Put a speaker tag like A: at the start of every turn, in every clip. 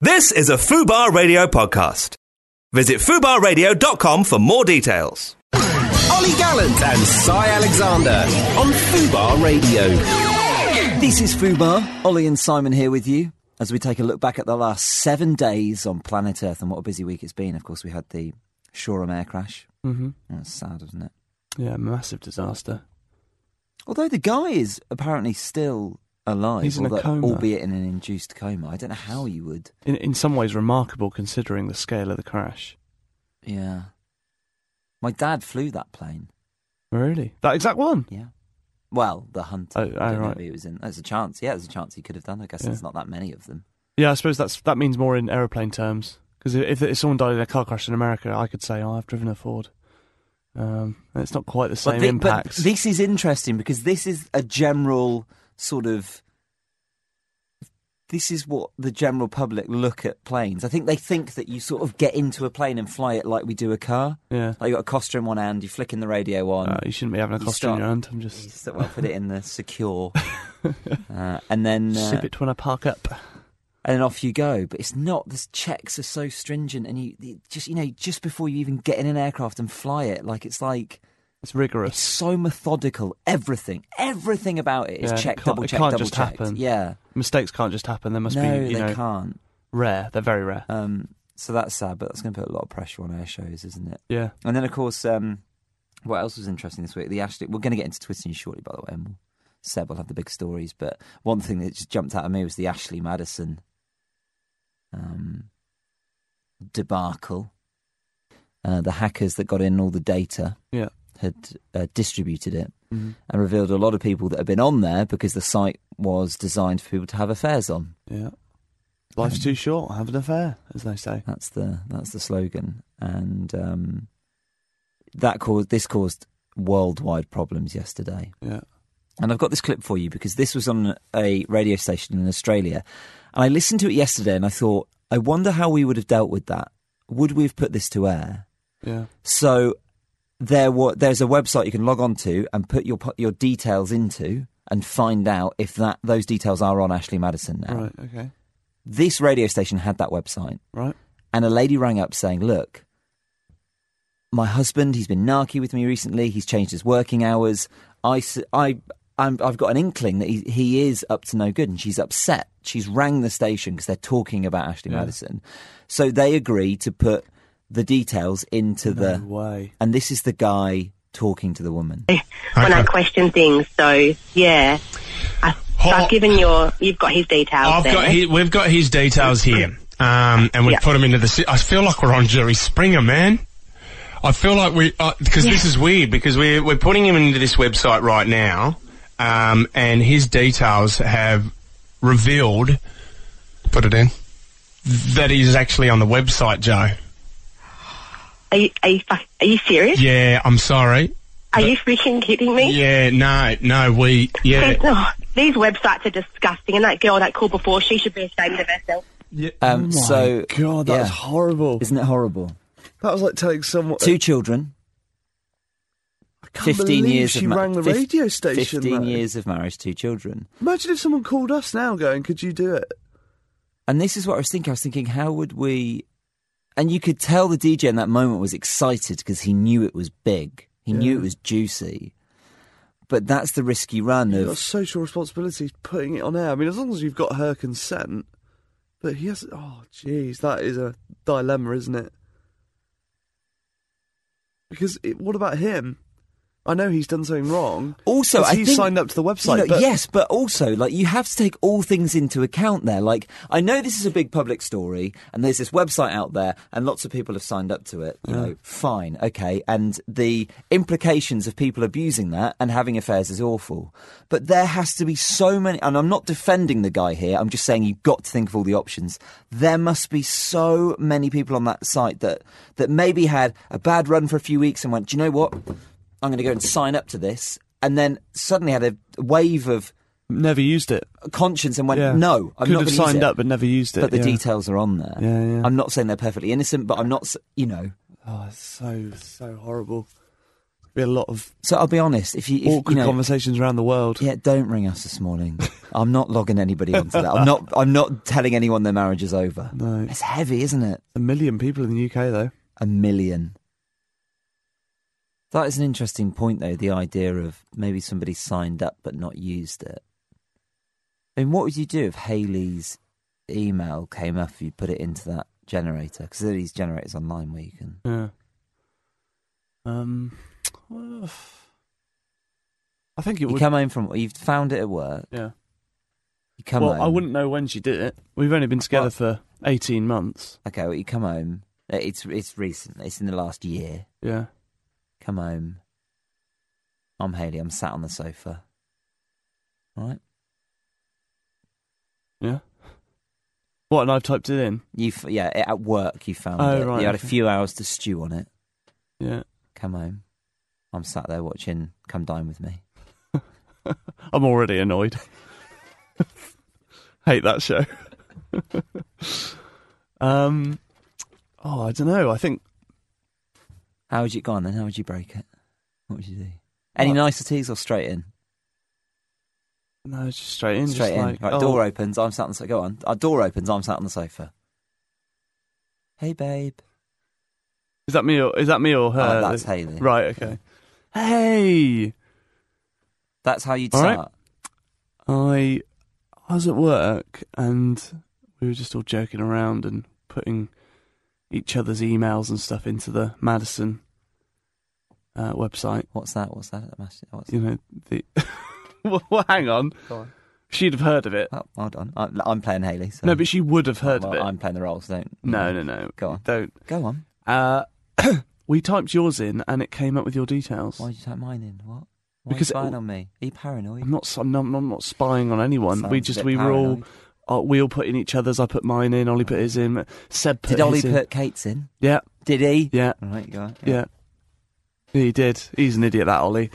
A: This is a Fubar Radio podcast. Visit fubarradio.com for more details.
B: Ollie Gallant and Cy Alexander on Fubar Radio.
C: This is Fubar. Ollie and Simon here with you as we take a look back at the last seven days on planet Earth and what a busy week it's been. Of course, we had the Shoreham air crash.
D: Mm-hmm.
C: That's sad, isn't it?
D: Yeah, massive disaster.
C: Although the guy is apparently still alive,
D: He's in a
C: although-
D: coma.
C: albeit in an induced coma. I don't know how you would.
D: In in some ways remarkable considering the scale of the crash.
C: Yeah. My dad flew that plane.
D: Really, that exact one.
C: Yeah. Well, the hunter.
D: Oh,
C: I don't
D: oh,
C: know
D: right.
C: who he was in. There's a chance. Yeah, there's a chance he could have done. I guess
D: Yeah.
C: there's not that many of them.
D: Yeah, I suppose that's that means more in aeroplane terms because if, if someone died in a car crash in America, I could say oh, I've driven a Ford. Um, and it's not quite the same
C: thi-
D: impact.
C: this is interesting because this is a general sort of. This is what the general public look at planes. I think they think that you sort of get into a plane and fly it like we do a car.
D: yeah,
C: Like you got a Costa in one hand, you're flicking the radio on.
D: Uh, you shouldn't be having a
C: you
D: costume in
C: start-
D: your hand. I'm
C: you
D: just
C: s- well, put it in the secure, uh, and then uh,
D: sip it when I park up.
C: and then off you go. But it's not. The checks are so stringent, and you, you just you know just before you even get in an aircraft and fly it, like it's like
D: It's rigorous.
C: It's so methodical. Everything, everything about it is
D: Yeah, it
C: checked,
D: can't-
C: double
D: it
C: checked,
D: can't
C: double
D: just
C: checked.
D: happen.
C: Yeah,
D: Mistakes can't just happen. They must
C: no,
D: be you
C: they
D: know
C: can't.
D: rare. They're very rare.
C: Um, so that's sad, but that's going to put a lot of pressure on air shows, isn't it?
D: Yeah,
C: And then, of course, um, what else was interesting this week? The Ashley. We're going to get into Twitter news shortly, by the way. And we'll, Seb will have the big stories, but one thing that just jumped out at me was the Ashley Madison um, debacle. Uh, the hackers that got in all the data
D: yeah.
C: had uh, distributed it
D: Mhm.
C: and revealed a lot of people that have been on there because the site was designed for people to have affairs on.
D: Yeah. Um, Life's too short. Have an affair, as they say.
C: That's the that's the slogan, and um, that caused this caused worldwide problems yesterday.
D: Yeah.
C: And I've got this clip for you because this was on a radio station in Australia, and I listened to it yesterday, and I thought, I wonder how we would have dealt with that. Would we have put this to air?
D: Yeah.
C: So there wa there's a website you can log on to and put your po- your details into and find out if that those details are on Ashley Madison now.
D: Right. Okay.
C: This radio station had that website
D: Right.
C: and a lady rang up saying, "Look, my husband, he's been narky with me recently. He's changed his working hours. I, s- I, am I've got an inkling that he, he is up to no good." And she's upset. She's rang the station because they're talking about Ashley
D: Yeah.
C: Madison, so they agree to put the details into the
D: No way. Oh
C: and this is the guy talking to the woman.
E: when I
F: Okay.
E: question things. So yeah, I, so
F: Hol-
E: I've given your you've got his details.
F: I've
E: there.
F: got his, we've got his details here, um, and we've
E: Yeah.
F: put him into the. si- I feel like we're on Jerry Springer, man. I feel like we because this is weird because we're we're putting him into this website right now, um, and his details have revealed. Put it in. That he's actually on the website, Joe.
E: are you are you, fuck- are you serious?
F: Yeah, I'm sorry.
E: Are you freaking kidding me?
F: Yeah, no, no, we. Yeah,
E: These- oh, these websites are disgusting, and that girl that called before, she should be ashamed of herself.
C: Um,
D: My
C: so,
D: God, that's
C: yeah.
D: horrible.
C: isn't it horrible?
D: That was like telling someone.
C: Two children,
D: I can't
C: fifteen
D: believe
C: years.
D: She
C: of ma-
D: rang the
C: fif-
D: radio station.
C: Fifteen
D: though.
C: years of marriage, two children,
D: Imagine if someone called us now, going, "Could you do it?"
C: and this is what I was thinking. I was thinking, how would we? And you could tell the DJ in that moment was excited because he knew it was big. He knew it was juicy. But that's the risky run
G: You've
C: of
G: got social responsibilities putting it on air. I mean, as long as you've got her consent, but he has. Oh, jeez, that is a dilemma, isn't it? Because it, what about him? I know he's done something wrong.
C: Also,
G: 'cause
C: I
G: he
C: think-
G: signed up to the website.
C: You know,
G: but
C: Yes, but also, like, you have to take all things into account there. Like, I know this is a big public story, and there's this website out there, and lots of people have signed up to it. You
G: Ah.
C: know, fine, okay. And the implications of people abusing that and having affairs is awful. But there has to be so many, and I'm not defending the guy here, I'm just saying you've got to think of all the options. There must be so many people on that site that, that maybe had a bad run for a few weeks and went, do you know what? I'm going to go and sign up to this. And then suddenly had a wave of
D: Never used it.
C: conscience and went,
D: Yeah.
C: Uh, no, I'm
D: Could
C: not
D: have
C: gonna use
D: signed
C: it."
D: up but never used it.
C: But the
D: yeah.
C: details are on there.
D: Yeah, yeah.
G: Oh,
C: I'm not saying they're perfectly innocent, but I'm not, s- you know.
D: Oh, it's so so horrible. be a lot of
C: So I'll be honest. If you, if,
D: awkward
C: you know,
D: conversations around the world.
C: yeah, don't ring us this morning. I'm not logging anybody onto that. I'm not. I'm not telling anyone their marriage is over.
D: No.
C: It's heavy, isn't it?
D: A million people in the UK, though.
C: A million. That is an interesting point, though. The idea of maybe somebody signed up but not used it. I mean, what would you do if Haley's email came up? If you put it into that generator, because there are these generators online where you can.
D: Yeah. Um, I think it
C: You
D: would.
C: come home from you've found it at work.
D: yeah.
C: You come
D: well,
C: home.
D: I wouldn't know when she did it. We've only been together
C: Well-
D: for eighteen months.
C: Okay, well, you come home. Uh, It's it's recent. It's in the last year.
D: Yeah.
C: Come home. I'm Haley. I'm sat on the sofa. Right.
D: Yeah. What? And I've typed it in.
C: You f- yeah it- at work you found
D: Oh,
C: it.
D: right,
C: you had a
D: okay.
C: few hours to stew on it.
D: Yeah.
C: Come home. I'm sat there watching. Come dine with me.
D: I'm already annoyed. Hate that show. um. Oh, I don't know. I think
C: How would you go on then? How would you break it? What would you do? Any niceties or straight in?
D: no, it's just straight in.
C: Straight
D: just
C: in.
D: Like,
C: right,
D: oh,
C: door opens. I'm sat on the sofa. Go on. Our door opens. I'm sat on the sofa. Hey, babe.
D: Is that me or is that me or her?
C: Oh, that's Hayley.
D: Uh, Right. Okay. Hey.
C: That's how you'd
D: All right.
C: start.
D: I I was at work and we were just all joking around and putting each other's emails and stuff into the Madison uh, website.
C: What's that? What's that? What's that? What's
D: You know the. well, well, hang on. She'd have heard of it.
C: Oh, well done. I'm, I'm playing Haley. So
D: No, but she would have heard
C: well,
D: of it.
C: Oh, I'm playing the role, so don't.
D: No, no, no.
C: Go on.
D: Don't.
C: Go on.
D: Uh, we typed yours in and it came up with your details.
C: Why did you type mine in? What? Why
D: Because-
C: are you spying on me? Are you paranoid?
D: I'm not. s- I'm not, I'm not spying on anyone. we
C: Sounds a
D: just
C: bit
D: we were all.
C: paranoid.
D: Uh, we all put in each other's. I put mine in. Ollie put his in. Seb put
C: Did Ollie
D: his in.
C: put Kate's in?
D: Yeah,
C: Did he?
D: yeah,
C: Right, go on.
D: yeah. He did. He's an idiot, that Ollie.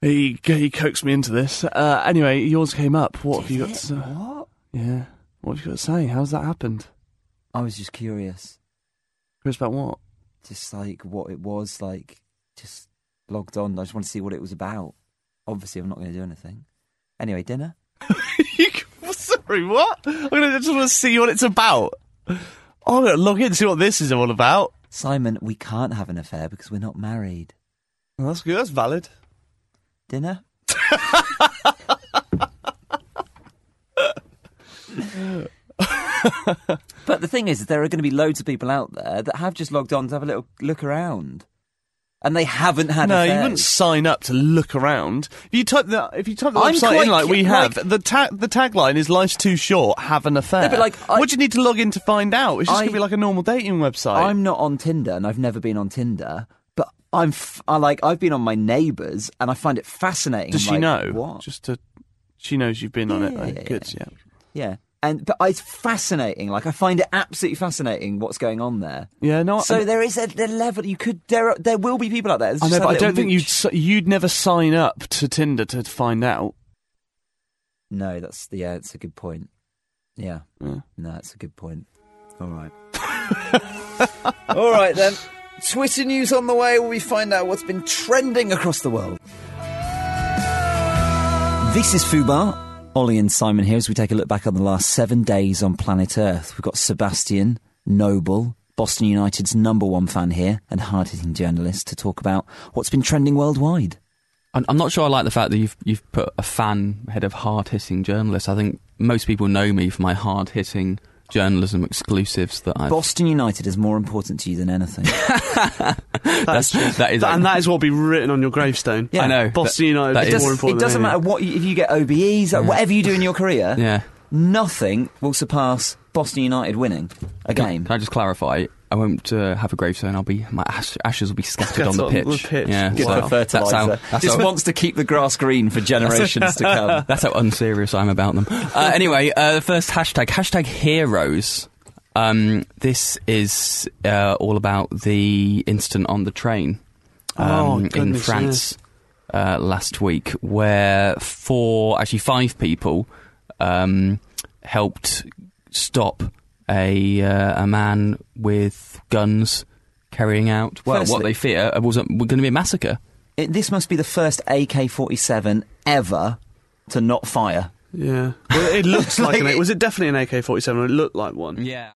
D: he he coaxed me into this. Uh, anyway, yours came up. What have you got? To, say?
C: What?
D: yeah. What have you got to say? How's that happened?
C: I was just curious.
D: Chris, about what?
C: Just like what it was like. Just logged on. I just want to see what it was about. Obviously, I'm not going to do anything. Anyway, dinner.
D: You- Sorry, what? I'm gonna I just want to see what it's about. Oh, I'm gonna log in and see what this is all about.
C: Simon, we can't have an affair because we're not married.
D: Well, that's good. That's valid.
C: Dinner. but the thing is, there are going to be loads of people out there that have just logged on to have a little look around, and they haven't had.
D: No, you
C: affairs.
D: wouldn't sign up to look around. If you type the if you type the
C: I'm
D: website
C: quite
D: in like we
C: ki-
D: have,
C: like-
D: the tag the tagline is "Life's too short, have an affair."
C: No, but, like, I-
D: what do you need to log in to find out? It's just
C: I-
D: gonna be like a normal dating website.
C: I'm not on Tinder, and I've never been on Tinder. But I'm f- I like I've been on my neighbours, and I find it fascinating.
D: Does she
C: I'm like,
D: know?
C: what?
D: Just to, she knows you've been on it.
C: Yeah,
D: Like,
C: yeah,
D: Good, yeah.
C: Yeah, and but it's fascinating. Like I find it absolutely fascinating what's going on there.
D: Yeah, no.
C: So
D: I,
C: there is a the level you could there are, there will be people out there. that's
D: I know,
C: just
D: but I
C: had a
D: don't
C: little
D: think you'd
C: mooch.
D: s- you'd never sign up to Tinder to find out.
C: No, that's yeah, it's a good point. Yeah,
D: Yeah.
C: no, that's a good point. All right, all right then. Twitter news on the way. Where we find out what's been trending across the world. This is Fubar. Ollie and Simon here as we take a look back on the last seven days on planet Earth. We've got Sebastian Noble, Boston United's number one fan here and hard hitting journalist, to talk about what's been trending worldwide.
H: I'm I'm not sure I like the fact that you've you've put a fan head of hard hitting journalist. I think most people know me for my hard hitting journalism exclusives that I.
C: Boston United is more important to you than anything.
H: That's that is.
G: and that is what will be written on your gravestone.
H: I know
G: Boston
H: that-
G: United
H: that
G: is
H: is-
G: more important.
C: it
G: than
C: doesn't matter
G: anything.
C: what you, if you get OBEs, like, whatever you do in your career,
H: Yeah.
C: nothing will surpass Boston United winning a game.
H: Can I just clarify? I won't uh, have a gravestone. I'll be my ash, ashes will be scattered on the
G: Scattered
H: pitch.
G: on the pitch.
H: Yeah,
C: Good
H: so
C: for
H: That's
C: fertilizer.
H: how, that's,
C: Just
H: how,
C: wants to keep the grass green for generations to come.
H: that's how unserious I'm about them. Uh, anyway, uh, the first hashtag hashtag heroes. Um, this is uh, all about the incident on the train. um,
G: Oh,
H: in
G: goodness,
H: France uh, last week, where four, actually five people um, helped stop a uh, a man with guns carrying out well what
C: Firstly-
H: they fear was going to be a massacre.
C: It, this must be the first AK 47 ever to not fire.
D: Yeah. Well, it looks like,
C: Like
D: an.
C: it-
D: Was it definitely an AK forty seven? It looked like one.
H: Yeah.